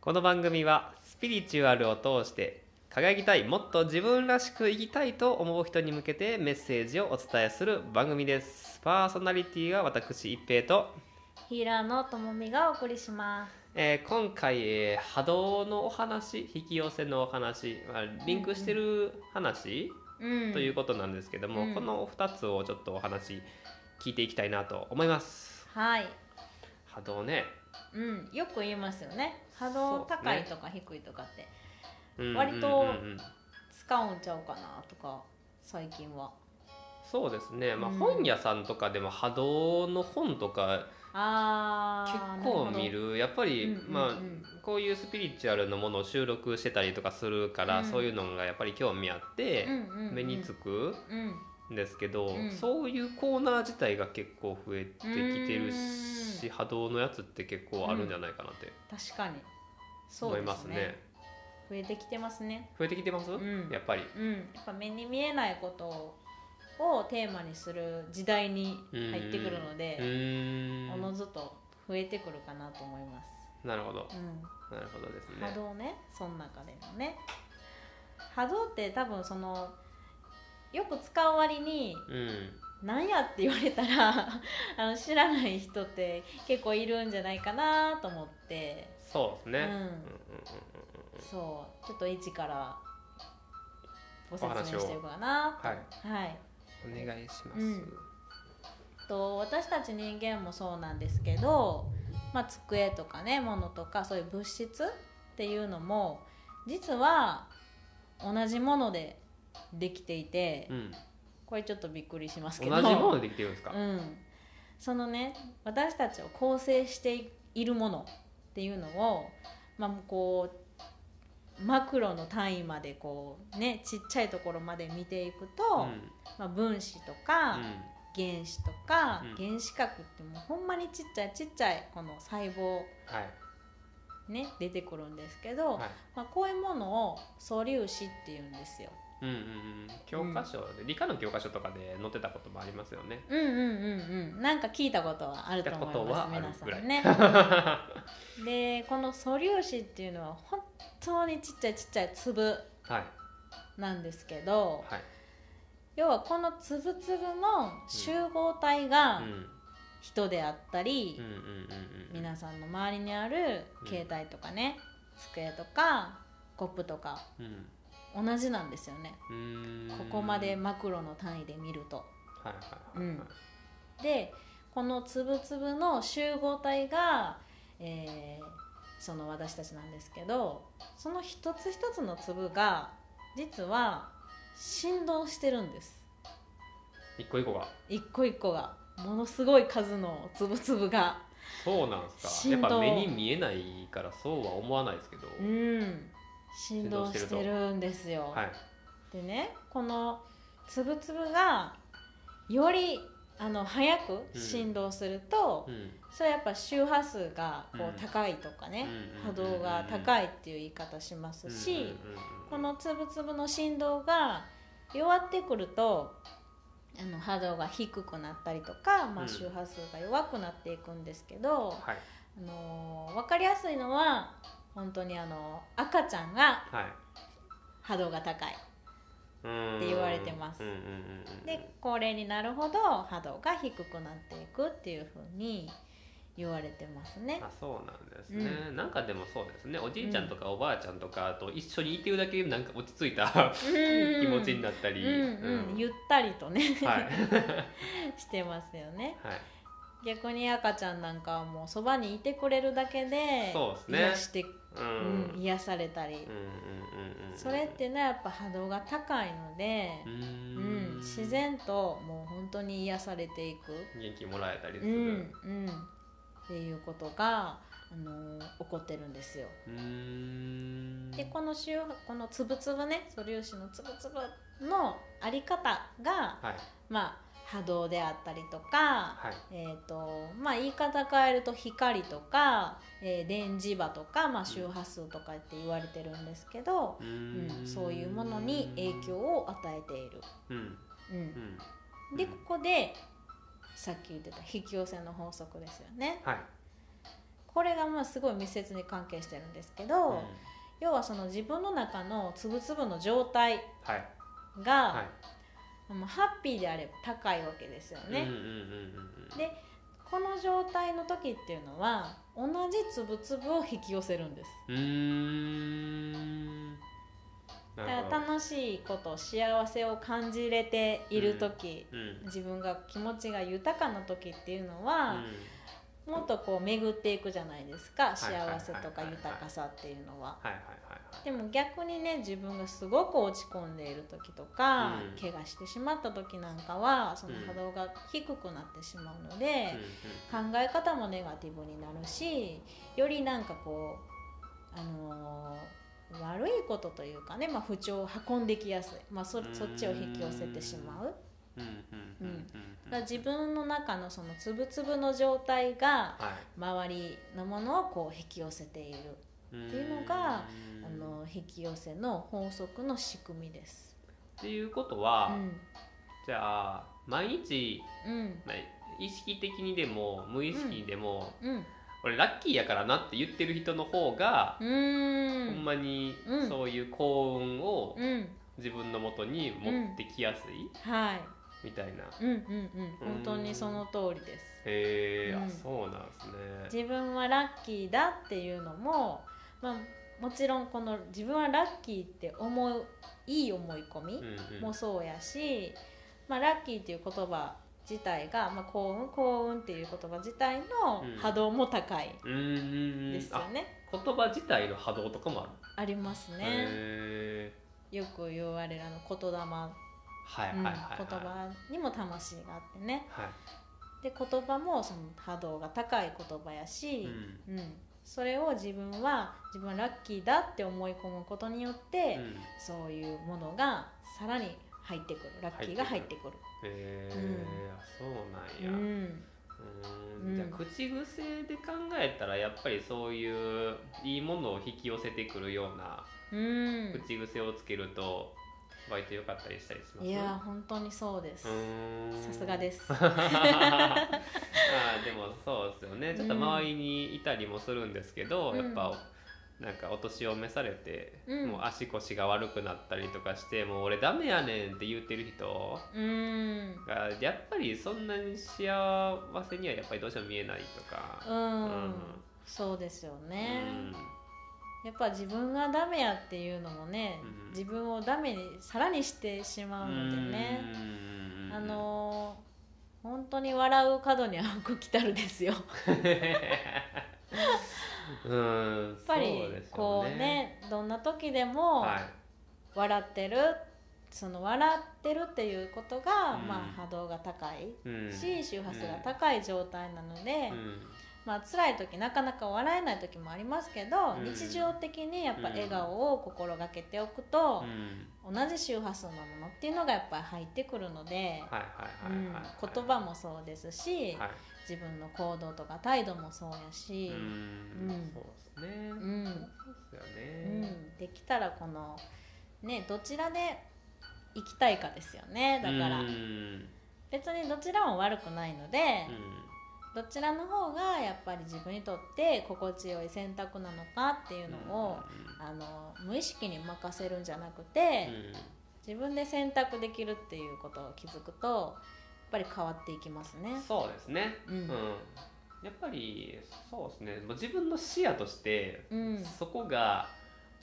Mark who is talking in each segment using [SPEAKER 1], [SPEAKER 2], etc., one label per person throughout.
[SPEAKER 1] この番組はスピリチュアルを通して輝きたいもっと自分らしく生きたいと思う人に向けてメッセージをお伝えする番組ですパーソナリティが私一平と、
[SPEAKER 2] 平野智美がお送りします
[SPEAKER 1] えー今回、えー波動のお話引き寄せのお話、まあ、リンクしてる話
[SPEAKER 2] うん
[SPEAKER 1] ということなんですけども、
[SPEAKER 2] うん
[SPEAKER 1] この2つをちょっとお話聞いていきたいなと思います
[SPEAKER 2] はい、
[SPEAKER 1] 波動ね、
[SPEAKER 2] うん、よく言いますよね波動高いとか低いとかって
[SPEAKER 1] うんうん
[SPEAKER 2] 割と
[SPEAKER 1] うんうん
[SPEAKER 2] 使うんちゃうかなとか最近は
[SPEAKER 1] そうですね、まあ、
[SPEAKER 2] うん
[SPEAKER 1] 本屋さんとかでも波動の本とか結
[SPEAKER 2] あー
[SPEAKER 1] 構
[SPEAKER 2] な
[SPEAKER 1] 見
[SPEAKER 2] る
[SPEAKER 1] るやっぱり、
[SPEAKER 2] うんうんうん
[SPEAKER 1] まあ、こういうスピリチュアルのものを収録してたりとかするから、
[SPEAKER 2] うん
[SPEAKER 1] そういうのがやっぱり興味あっ
[SPEAKER 2] ほど
[SPEAKER 1] て、
[SPEAKER 2] うんうんうん
[SPEAKER 1] 目につく
[SPEAKER 2] う
[SPEAKER 1] ん
[SPEAKER 2] ん
[SPEAKER 1] ですけど、
[SPEAKER 2] うん
[SPEAKER 1] そういうコーナー自体が結構増えてきてるし、波動のやつって結構あるんじゃないかなって
[SPEAKER 2] 確かにそう
[SPEAKER 1] 思い
[SPEAKER 2] で
[SPEAKER 1] ますす
[SPEAKER 2] ね
[SPEAKER 1] ね
[SPEAKER 2] 増えてきてますね
[SPEAKER 1] 増えてきてます、
[SPEAKER 2] ん
[SPEAKER 1] やっぱり
[SPEAKER 2] うんやっぱ目に見えないことをテーマにする時代に入ってくるの
[SPEAKER 1] う
[SPEAKER 2] で
[SPEAKER 1] ーん
[SPEAKER 2] おのずと増えてくるかなと思います
[SPEAKER 1] なるほど
[SPEAKER 2] うん
[SPEAKER 1] なるほどですね
[SPEAKER 2] 波動ねその中でもね波動って多分そのよく使う割に
[SPEAKER 1] うん
[SPEAKER 2] 何やって言われたら あの知らない人って結構いるんじゃないかなと思って、
[SPEAKER 1] そうですね、
[SPEAKER 2] う
[SPEAKER 1] うんうんうん
[SPEAKER 2] ん、そうちょっと一からご説明していこうかな
[SPEAKER 1] はい
[SPEAKER 2] と、はい、
[SPEAKER 1] お願いします。
[SPEAKER 2] うんと私たち人間もそうなんですけど、まあ、机とかね物とかそういう物質っていうのも実は同じものでできていて、
[SPEAKER 1] うん
[SPEAKER 2] これちょっとびっくりしますけ
[SPEAKER 1] 同じ
[SPEAKER 2] ど
[SPEAKER 1] ものでできてるんですか。
[SPEAKER 2] うん、そのね私たちを構成しているものっていうのを、まあ、こうマクロの単位までこうねちっちゃいところまで見ていくと、
[SPEAKER 1] うん
[SPEAKER 2] まあ、分子とか、原子とか、
[SPEAKER 1] うん
[SPEAKER 2] 原子核ってもうほんまにちっちゃいちっちゃいこの細胞
[SPEAKER 1] はい
[SPEAKER 2] ね出てくるんですけど、
[SPEAKER 1] はい。
[SPEAKER 2] まあ、こういうものを素粒子っていうんですよ。
[SPEAKER 1] うんうんうん。教科書で、理科の教科書とかで載ってたこともありますよ ね。
[SPEAKER 2] うんうんうんうん、なんか聞いたことはあると思い
[SPEAKER 1] 聞いたことは
[SPEAKER 2] ま
[SPEAKER 1] あ
[SPEAKER 2] す
[SPEAKER 1] る
[SPEAKER 2] 皆さ
[SPEAKER 1] ぐらい
[SPEAKER 2] んね。でこの素粒子っていうのは本当にちっちゃいちっちゃい粒
[SPEAKER 1] はい
[SPEAKER 2] なんですけど
[SPEAKER 1] はい。
[SPEAKER 2] 要はこの粒々の集合体が
[SPEAKER 1] うん
[SPEAKER 2] 人であったり、
[SPEAKER 1] うんうんうんうん。
[SPEAKER 2] 皆さんの周りにある携帯とかね、机とかコップとか
[SPEAKER 1] うん。
[SPEAKER 2] 同じなんですよね
[SPEAKER 1] うーん
[SPEAKER 2] ここまでマクロの単位で見ると。
[SPEAKER 1] はいはいはいはい。
[SPEAKER 2] でこの粒々の集合体が、えーその私たちなんですけどその一つ一つの粒が実は振動してるんです
[SPEAKER 1] 一個一個が。
[SPEAKER 2] 一個一個がものすごい数の粒々が
[SPEAKER 1] そうなんですか。や
[SPEAKER 2] 振
[SPEAKER 1] っ
[SPEAKER 2] 動
[SPEAKER 1] ぱ目に見えないからそうは思わないですけど。
[SPEAKER 2] うん振
[SPEAKER 1] 動
[SPEAKER 2] 動
[SPEAKER 1] してる
[SPEAKER 2] し
[SPEAKER 1] と
[SPEAKER 2] てるんですよ、
[SPEAKER 1] はい。
[SPEAKER 2] でねこの粒々がよりあの早く振動すると、
[SPEAKER 1] うん
[SPEAKER 2] それはやっぱ周波数がこ
[SPEAKER 1] うん
[SPEAKER 2] う高いとかね、
[SPEAKER 1] うん
[SPEAKER 2] 波動が高いっていう言い方しますし、
[SPEAKER 1] うんうんうん
[SPEAKER 2] この粒々の振動が弱ってくるとあの波動が低くなったりとか、
[SPEAKER 1] う
[SPEAKER 2] まあ、
[SPEAKER 1] ん
[SPEAKER 2] 周波数が弱くなっていくんですけど、
[SPEAKER 1] はい
[SPEAKER 2] あの分かりやすいのは本当にあの赤ちゃんが
[SPEAKER 1] はい。
[SPEAKER 2] 波動が高い
[SPEAKER 1] っ
[SPEAKER 2] って言われてます
[SPEAKER 1] うんうんうんうん、
[SPEAKER 2] で高齢になるほど波動が低くなっていくっていうふうに言われてますね。
[SPEAKER 1] あそうなんですね、なんかでもそうですねおじいちゃんとかおばあちゃんとかと一緒にいてるだけでなんか落ち着いた気持ちに
[SPEAKER 2] なっ
[SPEAKER 1] なった
[SPEAKER 2] た
[SPEAKER 1] り、
[SPEAKER 2] うんうん、ゆ
[SPEAKER 1] っ
[SPEAKER 2] ったりとね、
[SPEAKER 1] はい
[SPEAKER 2] してますよね。
[SPEAKER 1] はい
[SPEAKER 2] 逆に赤ちゃんなんかはもうそばにいてくれるだけで
[SPEAKER 1] そうですね
[SPEAKER 2] 癒して、
[SPEAKER 1] うん
[SPEAKER 2] う
[SPEAKER 1] うん
[SPEAKER 2] ん癒されたり、
[SPEAKER 1] うんうんうん
[SPEAKER 2] それってねやっぱ波動が高いので、
[SPEAKER 1] う
[SPEAKER 2] うん
[SPEAKER 1] ん
[SPEAKER 2] 自然ともう本当に癒されていく、
[SPEAKER 1] 元気もらえたりす
[SPEAKER 2] う
[SPEAKER 1] る、
[SPEAKER 2] んうん、っていうことが、あのー起こってるんですよ。
[SPEAKER 1] うーん
[SPEAKER 2] でこの周波このつぶつぶね素粒子のつぶつぶのあり方が、
[SPEAKER 1] はい
[SPEAKER 2] まあ、波動であったりとか、
[SPEAKER 1] はい
[SPEAKER 2] えーとまあ、言い方変えると光とか、えー電磁波とか、まあ、周波数とかって言われてるんですけど、
[SPEAKER 1] う
[SPEAKER 2] うんそういうものに影響を与えている、
[SPEAKER 1] うん
[SPEAKER 2] う
[SPEAKER 1] うん
[SPEAKER 2] ん、でここでさっき言ってた引き寄せの法則ですよね
[SPEAKER 1] はい
[SPEAKER 2] これがまあすごい密接に関係してるんですけど、
[SPEAKER 1] うん
[SPEAKER 2] 要はその自分の中のつぶつぶの状態
[SPEAKER 1] はい
[SPEAKER 2] が、
[SPEAKER 1] は
[SPEAKER 2] まあハッピーであれば高いわけですよ
[SPEAKER 1] い
[SPEAKER 2] ね。
[SPEAKER 1] うんうんうんうんうん
[SPEAKER 2] でこの状態の時っていうのは同じつぶつぶを引き寄せるんです
[SPEAKER 1] うーん
[SPEAKER 2] だ
[SPEAKER 1] な
[SPEAKER 2] から
[SPEAKER 1] るほど
[SPEAKER 2] 楽しいこと幸せを感じれている時、
[SPEAKER 1] うんうん
[SPEAKER 2] 自分が気持ちが豊かな時っていうのは、もっとこう巡っていくじゃないですか幸せとか豊かさっていうのは。
[SPEAKER 1] はいはいはい
[SPEAKER 2] でも逆にね自分がすごく落ち込んでいる時とか、
[SPEAKER 1] うん
[SPEAKER 2] 怪我してしまった時なんかはその
[SPEAKER 1] うん
[SPEAKER 2] 波動が低くなってしまうの
[SPEAKER 1] はい
[SPEAKER 2] で
[SPEAKER 1] うん、
[SPEAKER 2] 考え方もネガティブになるしよりなんかこう、あのー悪いことというかね、まあ、不調を運んできやすい、まあ、そそっちを引き寄せてしまう。
[SPEAKER 1] うんうんうんうんうん
[SPEAKER 2] だから自分の中のそのつぶつぶの状態が
[SPEAKER 1] は
[SPEAKER 2] 周りのものをこう引き寄せている
[SPEAKER 1] いって
[SPEAKER 2] いうのがあ
[SPEAKER 1] っ
[SPEAKER 2] の引き寄せの法則の仕組みです。
[SPEAKER 1] ていうこと
[SPEAKER 2] う
[SPEAKER 1] は、
[SPEAKER 2] ん、
[SPEAKER 1] じゃあ毎日、
[SPEAKER 2] うん、
[SPEAKER 1] まあ、意識的にでも無意識にでも、
[SPEAKER 2] うん、
[SPEAKER 1] 俺ラッキーやからなって言ってる人の方が、
[SPEAKER 2] う
[SPEAKER 1] ほん
[SPEAKER 2] ん、
[SPEAKER 1] まに
[SPEAKER 2] うん
[SPEAKER 1] そういう幸運を
[SPEAKER 2] うん、
[SPEAKER 1] 自分のもとに持ってきやすい、
[SPEAKER 2] はい、
[SPEAKER 1] みたいな
[SPEAKER 2] うん、うん、うん、本当にその通りです。
[SPEAKER 1] へえ、
[SPEAKER 2] う
[SPEAKER 1] あ
[SPEAKER 2] ん
[SPEAKER 1] そうなんですね
[SPEAKER 2] 自分はラッキーだっていうのも、まあ、もちろんこの自分はラッキーって思ういい思い込み
[SPEAKER 1] うんうん
[SPEAKER 2] もそうやし、まあ、ラッキーっていう言葉自体が、まあ、幸運幸運っていう言葉自体の
[SPEAKER 1] うん
[SPEAKER 2] 波動も高い
[SPEAKER 1] うんうんうん
[SPEAKER 2] ですよね、
[SPEAKER 1] あ言葉自体の波動とかもあ
[SPEAKER 2] あります
[SPEAKER 1] る、
[SPEAKER 2] ね
[SPEAKER 1] へえ
[SPEAKER 2] よく言われるあの言霊、
[SPEAKER 1] はいは
[SPEAKER 2] う
[SPEAKER 1] い
[SPEAKER 2] ん
[SPEAKER 1] は
[SPEAKER 2] 言
[SPEAKER 1] い、はい
[SPEAKER 2] 葉にも魂があってね
[SPEAKER 1] は
[SPEAKER 2] で言葉もその波動が高い言葉や
[SPEAKER 1] い、
[SPEAKER 2] し、
[SPEAKER 1] うん
[SPEAKER 2] うん、それを自分は自分はラッキーだって思い込むことによって、
[SPEAKER 1] うん、
[SPEAKER 2] そういうものがさらに入ってくるラッキーが入ってくる
[SPEAKER 1] へえ、あそう
[SPEAKER 2] う
[SPEAKER 1] なんや、
[SPEAKER 2] ん、
[SPEAKER 1] うん
[SPEAKER 2] うん
[SPEAKER 1] じゃあ口癖で考えたらやっぱりそういういいものを引き寄せてくるような
[SPEAKER 2] うん、
[SPEAKER 1] 口癖をつけると割と良かったりしたりします
[SPEAKER 2] いやー本当にそうですさ
[SPEAKER 1] さ
[SPEAKER 2] すがで すす
[SPEAKER 1] あーでもそうですよねちょっと周りにいたりもするんですけど、
[SPEAKER 2] うん
[SPEAKER 1] やっぱなんかお年を召されて、
[SPEAKER 2] うん
[SPEAKER 1] もう足腰が悪くなったりとかしてもう俺ダメやねんって言ってる人
[SPEAKER 2] うん
[SPEAKER 1] がやっぱりそんなに幸せにはやっぱりどうしても見えないとか、
[SPEAKER 2] う、
[SPEAKER 1] うん
[SPEAKER 2] そうですよね、やっぱ自分がダメやっていうのもね、
[SPEAKER 1] うん
[SPEAKER 2] 自分をダメにさらにしてしまうのでね、
[SPEAKER 1] うん
[SPEAKER 2] あ のー本当に笑う角には 福来たるですよ。
[SPEAKER 1] うんやっ
[SPEAKER 2] やっぱりこうねどんな時でも
[SPEAKER 1] はい
[SPEAKER 2] 笑ってる、その笑ってるっていうことが、
[SPEAKER 1] うん
[SPEAKER 2] まあ、波動が高い
[SPEAKER 1] うん
[SPEAKER 2] し周波数が高い状態なので、
[SPEAKER 1] うん
[SPEAKER 2] まあ辛い時なかなか笑えない時もありますけど、
[SPEAKER 1] うん
[SPEAKER 2] 日常的にやっぱ笑顔を心がけておくと
[SPEAKER 1] う、ん
[SPEAKER 2] 同じ周波数のものっていうのがやっぱり入ってくるので、
[SPEAKER 1] はいはいはいはい、
[SPEAKER 2] うん言葉もそうですし、
[SPEAKER 1] はい、
[SPEAKER 2] 自分の行動とか態度もそうやし
[SPEAKER 1] う、
[SPEAKER 2] うんん
[SPEAKER 1] そうですね、
[SPEAKER 2] うん
[SPEAKER 1] そうですよ
[SPEAKER 2] う
[SPEAKER 1] ね、
[SPEAKER 2] ん、できたらこのねどちらで行きたいかですよねだから、
[SPEAKER 1] うんうん
[SPEAKER 2] 別にどちらも悪くないので、どちらの方がやっぱり自分にとって心地よい選択なのかっていうのを、あの無意識に任せるんじゃなく
[SPEAKER 1] う
[SPEAKER 2] て、
[SPEAKER 1] ん
[SPEAKER 2] 自分で選択できるっていうことを気づくとやっぱり変わっていきますね。
[SPEAKER 1] そうですね、
[SPEAKER 2] う
[SPEAKER 1] うん
[SPEAKER 2] ん、
[SPEAKER 1] やっぱりそうですねもう自分の視野として、
[SPEAKER 2] うん
[SPEAKER 1] そこが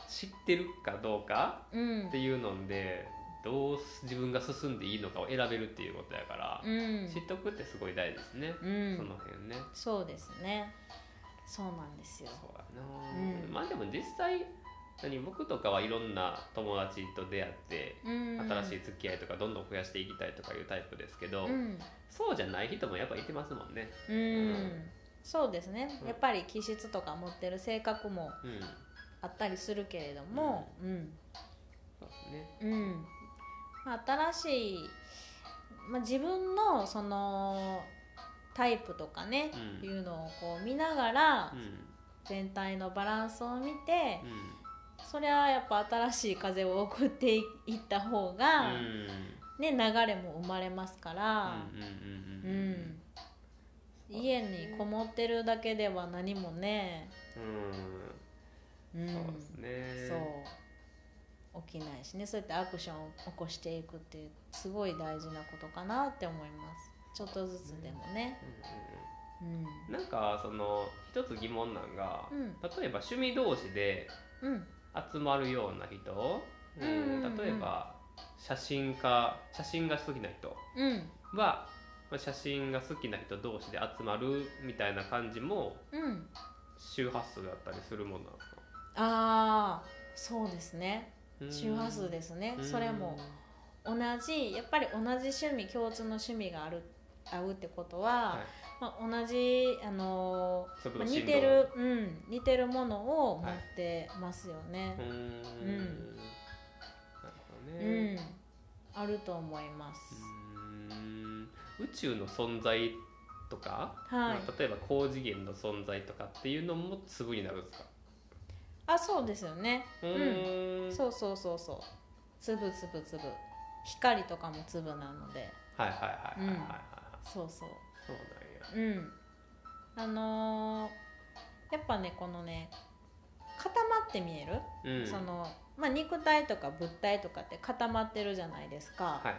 [SPEAKER 1] 知ってるかどうか
[SPEAKER 2] うん
[SPEAKER 1] っていうのでどう自分が進んでいいのかを選べるっていうことやから、
[SPEAKER 2] うん
[SPEAKER 1] 知っとくってすごい大事ですね、
[SPEAKER 2] うん
[SPEAKER 1] その辺ね
[SPEAKER 2] そうですねそうなんですよ。
[SPEAKER 1] そうやな、
[SPEAKER 2] うん
[SPEAKER 1] まあでも実際何僕とかはいろんな友達と出会って新
[SPEAKER 2] 新
[SPEAKER 1] しい付き合いとかどんどん増やしていきたいとかいうタイプですけど、
[SPEAKER 2] うん
[SPEAKER 1] そうじゃない人もやっぱいてますもんね。
[SPEAKER 2] うん、そうですね
[SPEAKER 1] うん
[SPEAKER 2] やっぱり気質とか持ってる性格も
[SPEAKER 1] うん、
[SPEAKER 2] あったりするけれども、うん
[SPEAKER 1] そうですね。
[SPEAKER 2] うんまあ、新しい、まあ、自分のそのタイプとかね、
[SPEAKER 1] うん
[SPEAKER 2] いうのをこう見ながら
[SPEAKER 1] うん、
[SPEAKER 2] 全体のバランスを見て、
[SPEAKER 1] うん、
[SPEAKER 2] それはやっぱ新しい風を送っていった方が、
[SPEAKER 1] うん、
[SPEAKER 2] ね、流れも生まれますから、
[SPEAKER 1] うん、うん、うん、
[SPEAKER 2] うん
[SPEAKER 1] うん
[SPEAKER 2] 家にこもってるだけでは何もね、
[SPEAKER 1] う
[SPEAKER 2] うん
[SPEAKER 1] んそうですね
[SPEAKER 2] そう起きないしねそうやってアクションを起こしていくっていうすごい大事なことかなって思いますちょっとずつでもね
[SPEAKER 1] うんうん
[SPEAKER 2] うん
[SPEAKER 1] うんなんかその一つ疑問なんが、
[SPEAKER 2] うん
[SPEAKER 1] 例えば趣味同士で
[SPEAKER 2] うん
[SPEAKER 1] 集まるような人、
[SPEAKER 2] うんうんうん
[SPEAKER 1] 例えば写真家写真が好きな人
[SPEAKER 2] うん
[SPEAKER 1] はまあ写真が好きな人同士で集まるみたいな感じも
[SPEAKER 2] うん
[SPEAKER 1] 周波数だったりするものなのか
[SPEAKER 2] ああそうですね
[SPEAKER 1] な
[SPEAKER 2] 周波数ですね
[SPEAKER 1] うん
[SPEAKER 2] それも同じやっぱり同じ趣味共通の趣味がある合うってことは、
[SPEAKER 1] はい
[SPEAKER 2] まあ、同じ、あのー
[SPEAKER 1] 速
[SPEAKER 2] ま
[SPEAKER 1] 度
[SPEAKER 2] あ
[SPEAKER 1] 振動
[SPEAKER 2] 似てる、うん、似てるものを持ってますよね、
[SPEAKER 1] うーん
[SPEAKER 2] うん
[SPEAKER 1] なるほど
[SPEAKER 2] う
[SPEAKER 1] ね
[SPEAKER 2] ん、あると思います。
[SPEAKER 1] うーん宇宙の存在とか、
[SPEAKER 2] はい
[SPEAKER 1] まあ例えば高次元の存在とかっていうのも粒になるんですか
[SPEAKER 2] あ、そうですよね。
[SPEAKER 1] う
[SPEAKER 2] う
[SPEAKER 1] ー
[SPEAKER 2] ん、
[SPEAKER 1] ん
[SPEAKER 2] そうそうそうそう。つぶつぶつぶ。光とかもつぶなので。
[SPEAKER 1] はいはいはいはいはいはい、
[SPEAKER 2] そうそう。
[SPEAKER 1] そうなんや
[SPEAKER 2] うん。あのーやっぱね、このね。固まって見える。
[SPEAKER 1] うん
[SPEAKER 2] その。まあ、肉体とか物体とかって固まってるじゃないですか。
[SPEAKER 1] はい、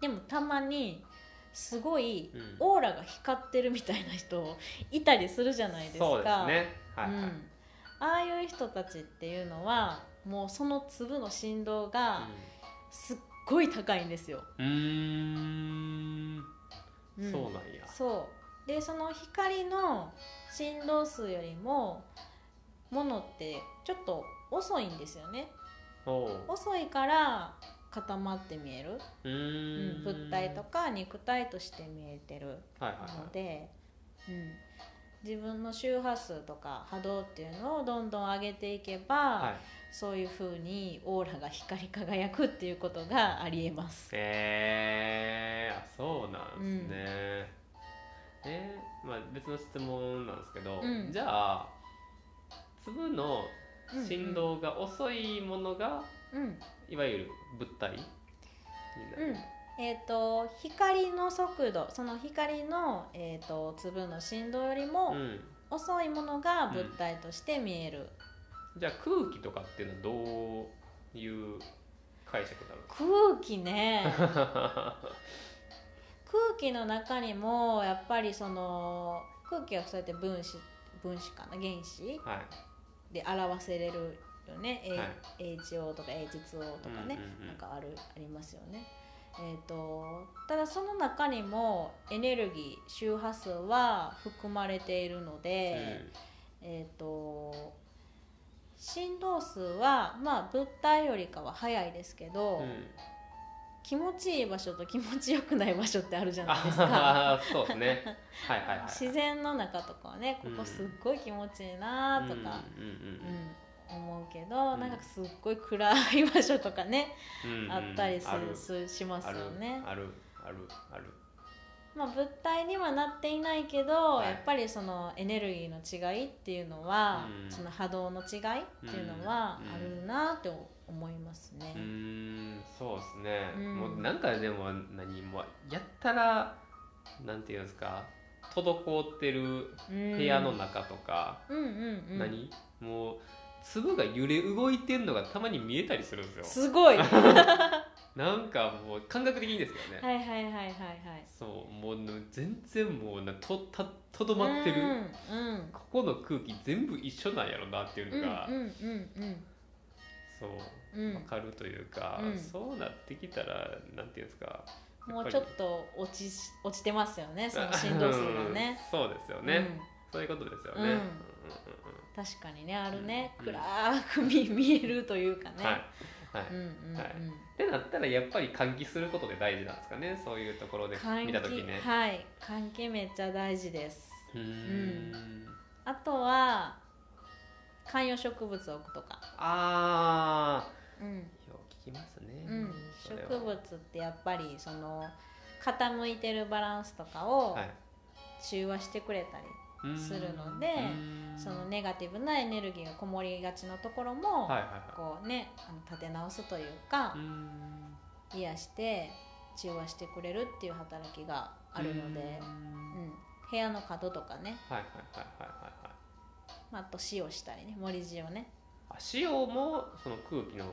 [SPEAKER 2] でも、たまに。すごい。
[SPEAKER 1] うん
[SPEAKER 2] オーラが光ってるみたいな人。いたりするじゃないですか。
[SPEAKER 1] そうですねはいはい、
[SPEAKER 2] うん、ああいう人たちっていうのはもうその粒の振動がすっごい高いんですよ。
[SPEAKER 1] うんうーん
[SPEAKER 2] うん
[SPEAKER 1] そうなんや
[SPEAKER 2] そうでその光の振動数よりもものってちょっと遅いんですよね
[SPEAKER 1] おう
[SPEAKER 2] 遅いから固まって見える、
[SPEAKER 1] う
[SPEAKER 2] う
[SPEAKER 1] ー
[SPEAKER 2] ん、
[SPEAKER 1] ん
[SPEAKER 2] 物体とか肉体として見えてる
[SPEAKER 1] はいはい
[SPEAKER 2] の
[SPEAKER 1] はい
[SPEAKER 2] で、うん、自分の周波数とか波動っていうのをどんどん上げていけば、
[SPEAKER 1] はい
[SPEAKER 2] そういう風にオーラが光り輝くっていうことがありえます。
[SPEAKER 1] へえー、あそうなんですね、えーまあ別の質問なんですけど、
[SPEAKER 2] うん
[SPEAKER 1] じゃあ粒の振動が遅いものが、
[SPEAKER 2] うん、
[SPEAKER 1] いわゆる物体にな
[SPEAKER 2] う
[SPEAKER 1] る
[SPEAKER 2] ん、えっ、と光の速度、その光のえっ、と粒の振動より
[SPEAKER 1] う
[SPEAKER 2] も
[SPEAKER 1] ん
[SPEAKER 2] 遅いものが物体として見える。
[SPEAKER 1] じゃあ空気とかっていうのはどういう解釈になるんです
[SPEAKER 2] 空気ね、
[SPEAKER 1] か
[SPEAKER 2] 空気の中にもやっぱりその空気はそうやって分子分子かな原子
[SPEAKER 1] はい
[SPEAKER 2] で表せれるよね、
[SPEAKER 1] は
[SPEAKER 2] A HO とか H2O とかね、
[SPEAKER 1] うんうんうん
[SPEAKER 2] なんかあるありますよね、えー、とただその中にもエネルギー周波数は含まれているので、えー、と振動数はまあ物体よりかは速いですけど、
[SPEAKER 1] うんうん、
[SPEAKER 2] 気持ちいい場所と気持ちよくない場所ってあるじゃないですか。
[SPEAKER 1] あそうですねはいはいはい
[SPEAKER 2] 自然の中とかはねここすっごい気持ちいいな
[SPEAKER 1] う
[SPEAKER 2] とか、
[SPEAKER 1] んうんうん
[SPEAKER 2] うん、思うけど、
[SPEAKER 1] うん
[SPEAKER 2] なんかすっごい暗い場所とかね、
[SPEAKER 1] うんうん
[SPEAKER 2] あったりす
[SPEAKER 1] ある
[SPEAKER 2] るするしますよね。
[SPEAKER 1] あるあるある
[SPEAKER 2] まあ、物体にはなっていないけど、
[SPEAKER 1] はい
[SPEAKER 2] やっぱりそのエネルギーの違いっていうのは、
[SPEAKER 1] うん
[SPEAKER 2] その波動の違いっていうのは
[SPEAKER 1] うん
[SPEAKER 2] あるなって思いますね
[SPEAKER 1] う。ーんそうですね、
[SPEAKER 2] うん
[SPEAKER 1] もうなんかでも何もうやったらなんていうんですか滞ってる
[SPEAKER 2] うん
[SPEAKER 1] 部屋の中とか、
[SPEAKER 2] うんうんうん、
[SPEAKER 1] 何もう粒が揺れ動いてんのがたまに見えたりするんですよ
[SPEAKER 2] す ごいはいはい
[SPEAKER 1] なんかもう感覚的にですよね、
[SPEAKER 2] はいはいはいはい。
[SPEAKER 1] そうもう全然もうなとたとどまってる、
[SPEAKER 2] うんうん
[SPEAKER 1] ここの空気全部一緒なんやろなっていう
[SPEAKER 2] うん
[SPEAKER 1] のが、
[SPEAKER 2] うんうん
[SPEAKER 1] そう
[SPEAKER 2] うん
[SPEAKER 1] わかるというか、
[SPEAKER 2] うん
[SPEAKER 1] そうなってきたらなんていうんですか
[SPEAKER 2] うん、もうちょっと落ち落ちてますよねその振動数がね。
[SPEAKER 1] うんそうですよね、
[SPEAKER 2] うん
[SPEAKER 1] そういうことですよね、
[SPEAKER 2] うん
[SPEAKER 1] うんうんうん
[SPEAKER 2] 確かにねあるね、
[SPEAKER 1] うん
[SPEAKER 2] 暗く見見えるというかね、
[SPEAKER 1] はい、はい
[SPEAKER 2] うんうんうん、
[SPEAKER 1] はいってなったらやっぱり換気することで大事なんですかねそういうところで
[SPEAKER 2] 換
[SPEAKER 1] 見
[SPEAKER 2] 気
[SPEAKER 1] た時ね
[SPEAKER 2] はい換気めっちゃ大事です
[SPEAKER 1] うーん
[SPEAKER 2] あとは観葉植物を置くとか、
[SPEAKER 1] あ
[SPEAKER 2] うん
[SPEAKER 1] ーよう聞きますね、
[SPEAKER 2] うん、
[SPEAKER 1] そ
[SPEAKER 2] 植
[SPEAKER 1] れは
[SPEAKER 2] 物ってやっぱりその傾いてるバランスとかを
[SPEAKER 1] はい
[SPEAKER 2] 中和してくれたり、
[SPEAKER 1] うーん
[SPEAKER 2] するので
[SPEAKER 1] うーん
[SPEAKER 2] そのネガティブなエネルギーがこもりがちのところ
[SPEAKER 1] は
[SPEAKER 2] も、
[SPEAKER 1] いはいは
[SPEAKER 2] こうねあの立て直すというか
[SPEAKER 1] いうー、ん
[SPEAKER 2] 癒して中和してくれるっていう働きがあるので、
[SPEAKER 1] うーん
[SPEAKER 2] うん、部屋の角とかね、
[SPEAKER 1] はいはいはいはいはいはい
[SPEAKER 2] まあ、あと塩したりね盛り塩ね
[SPEAKER 1] あ塩もその空気の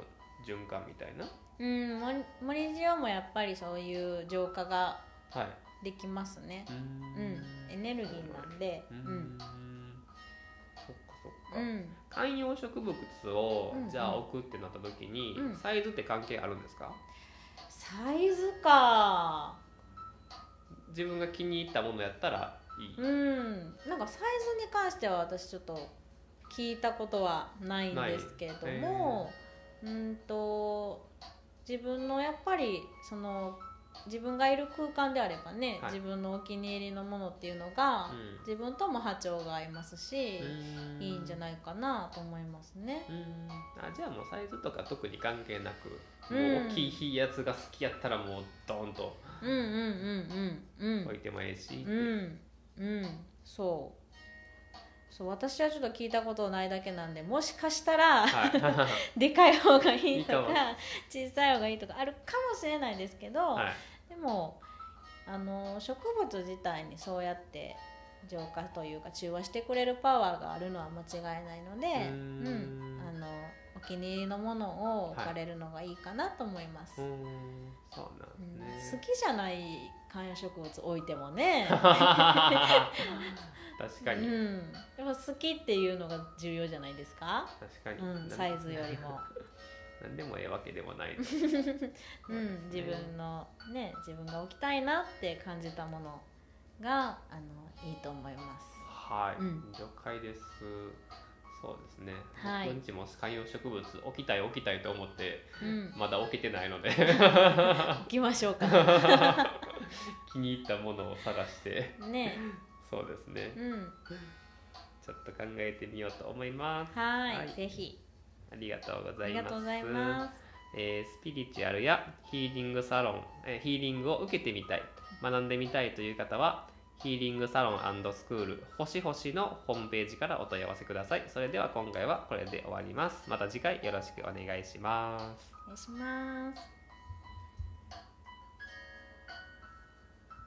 [SPEAKER 1] 循環みたいな
[SPEAKER 2] うん盛り盛り塩もやっぱりそういう浄化が
[SPEAKER 1] はい
[SPEAKER 2] できますね
[SPEAKER 1] うー
[SPEAKER 2] うんエネルギーなんで
[SPEAKER 1] う
[SPEAKER 2] う
[SPEAKER 1] ー
[SPEAKER 2] ん
[SPEAKER 1] んそっかそっか、
[SPEAKER 2] うん
[SPEAKER 1] 観葉植物を
[SPEAKER 2] うん
[SPEAKER 1] じゃあ置くってなった時に、
[SPEAKER 2] うん
[SPEAKER 1] サイズって関係あるんですか
[SPEAKER 2] サイズか
[SPEAKER 1] 自分が気に入ったものやったらいい、
[SPEAKER 2] うんなんかサイズに関しては私ちょっと聞いたことはないんですけれども、うんと自分のやっぱりその自分がいる空間であればね、
[SPEAKER 1] はい
[SPEAKER 2] 自分のお気に入りのものっていうのが、
[SPEAKER 1] うん
[SPEAKER 2] 自分とも波長が合いますし、
[SPEAKER 1] う
[SPEAKER 2] いいんじゃ
[SPEAKER 1] ない
[SPEAKER 2] ないかなと思いますね。
[SPEAKER 1] うんあじゃあもうサイズとか特に関係なく
[SPEAKER 2] うん
[SPEAKER 1] もう大きいやつが好きやったらもうドンと
[SPEAKER 2] うんうんうんうんうん
[SPEAKER 1] 置いてもええし、って
[SPEAKER 2] う、
[SPEAKER 1] いうん
[SPEAKER 2] うん、そうそう私はちょっと聞いたことないだけなんでもしかしたら、
[SPEAKER 1] はい
[SPEAKER 2] でかい方がいいとか
[SPEAKER 1] いいかも
[SPEAKER 2] 小さい方がいいとかあるかもしれないですけど、
[SPEAKER 1] はい
[SPEAKER 2] でもあの植物自体にそうやって浄化というか中和してくれるパワーがあるのは間違いないので
[SPEAKER 1] うーん
[SPEAKER 2] うんあのお気に入りのもの
[SPEAKER 1] は
[SPEAKER 2] を
[SPEAKER 1] い
[SPEAKER 2] 置かれるのがいいかなと思います。
[SPEAKER 1] うーんそうなん
[SPEAKER 2] うん
[SPEAKER 1] です
[SPEAKER 2] 好
[SPEAKER 1] ね、
[SPEAKER 2] きじゃない観葉植物置いても ね
[SPEAKER 1] 確
[SPEAKER 2] う
[SPEAKER 1] かに、
[SPEAKER 2] ん、でも好きっていうのが重要じゃないですか、
[SPEAKER 1] 確かに、
[SPEAKER 2] うん、
[SPEAKER 1] な
[SPEAKER 2] サイズより も
[SPEAKER 1] 何でもええわけでもないと
[SPEAKER 2] うん、自分のね自分が置きたいなって感じたものがあのいいと思います
[SPEAKER 1] はい、
[SPEAKER 2] うん
[SPEAKER 1] 了解ですそうですね、
[SPEAKER 2] はい
[SPEAKER 1] 僕んちも観葉植物置きたい置きたいと思って
[SPEAKER 2] うん
[SPEAKER 1] まだ置けてないので
[SPEAKER 2] 行きましょう か
[SPEAKER 1] 気に入ったものを探して
[SPEAKER 2] ね
[SPEAKER 1] そうですね
[SPEAKER 2] うん
[SPEAKER 1] ちょっと考えてみようと思います
[SPEAKER 2] はい
[SPEAKER 1] はい
[SPEAKER 2] ぜひ
[SPEAKER 1] ありがとうご
[SPEAKER 2] あ
[SPEAKER 1] ざい
[SPEAKER 2] り
[SPEAKER 1] ます
[SPEAKER 2] がとうございます
[SPEAKER 1] えースピリチュアルやヒーリングサロン、えーヒーリングを受けてみたい学んでみたいという方はヒーリングサロンスクール星々のホームページからお問い合わせくださいそれでは今回はこれで終わりますまた次回よろしくお願いします
[SPEAKER 2] お願いします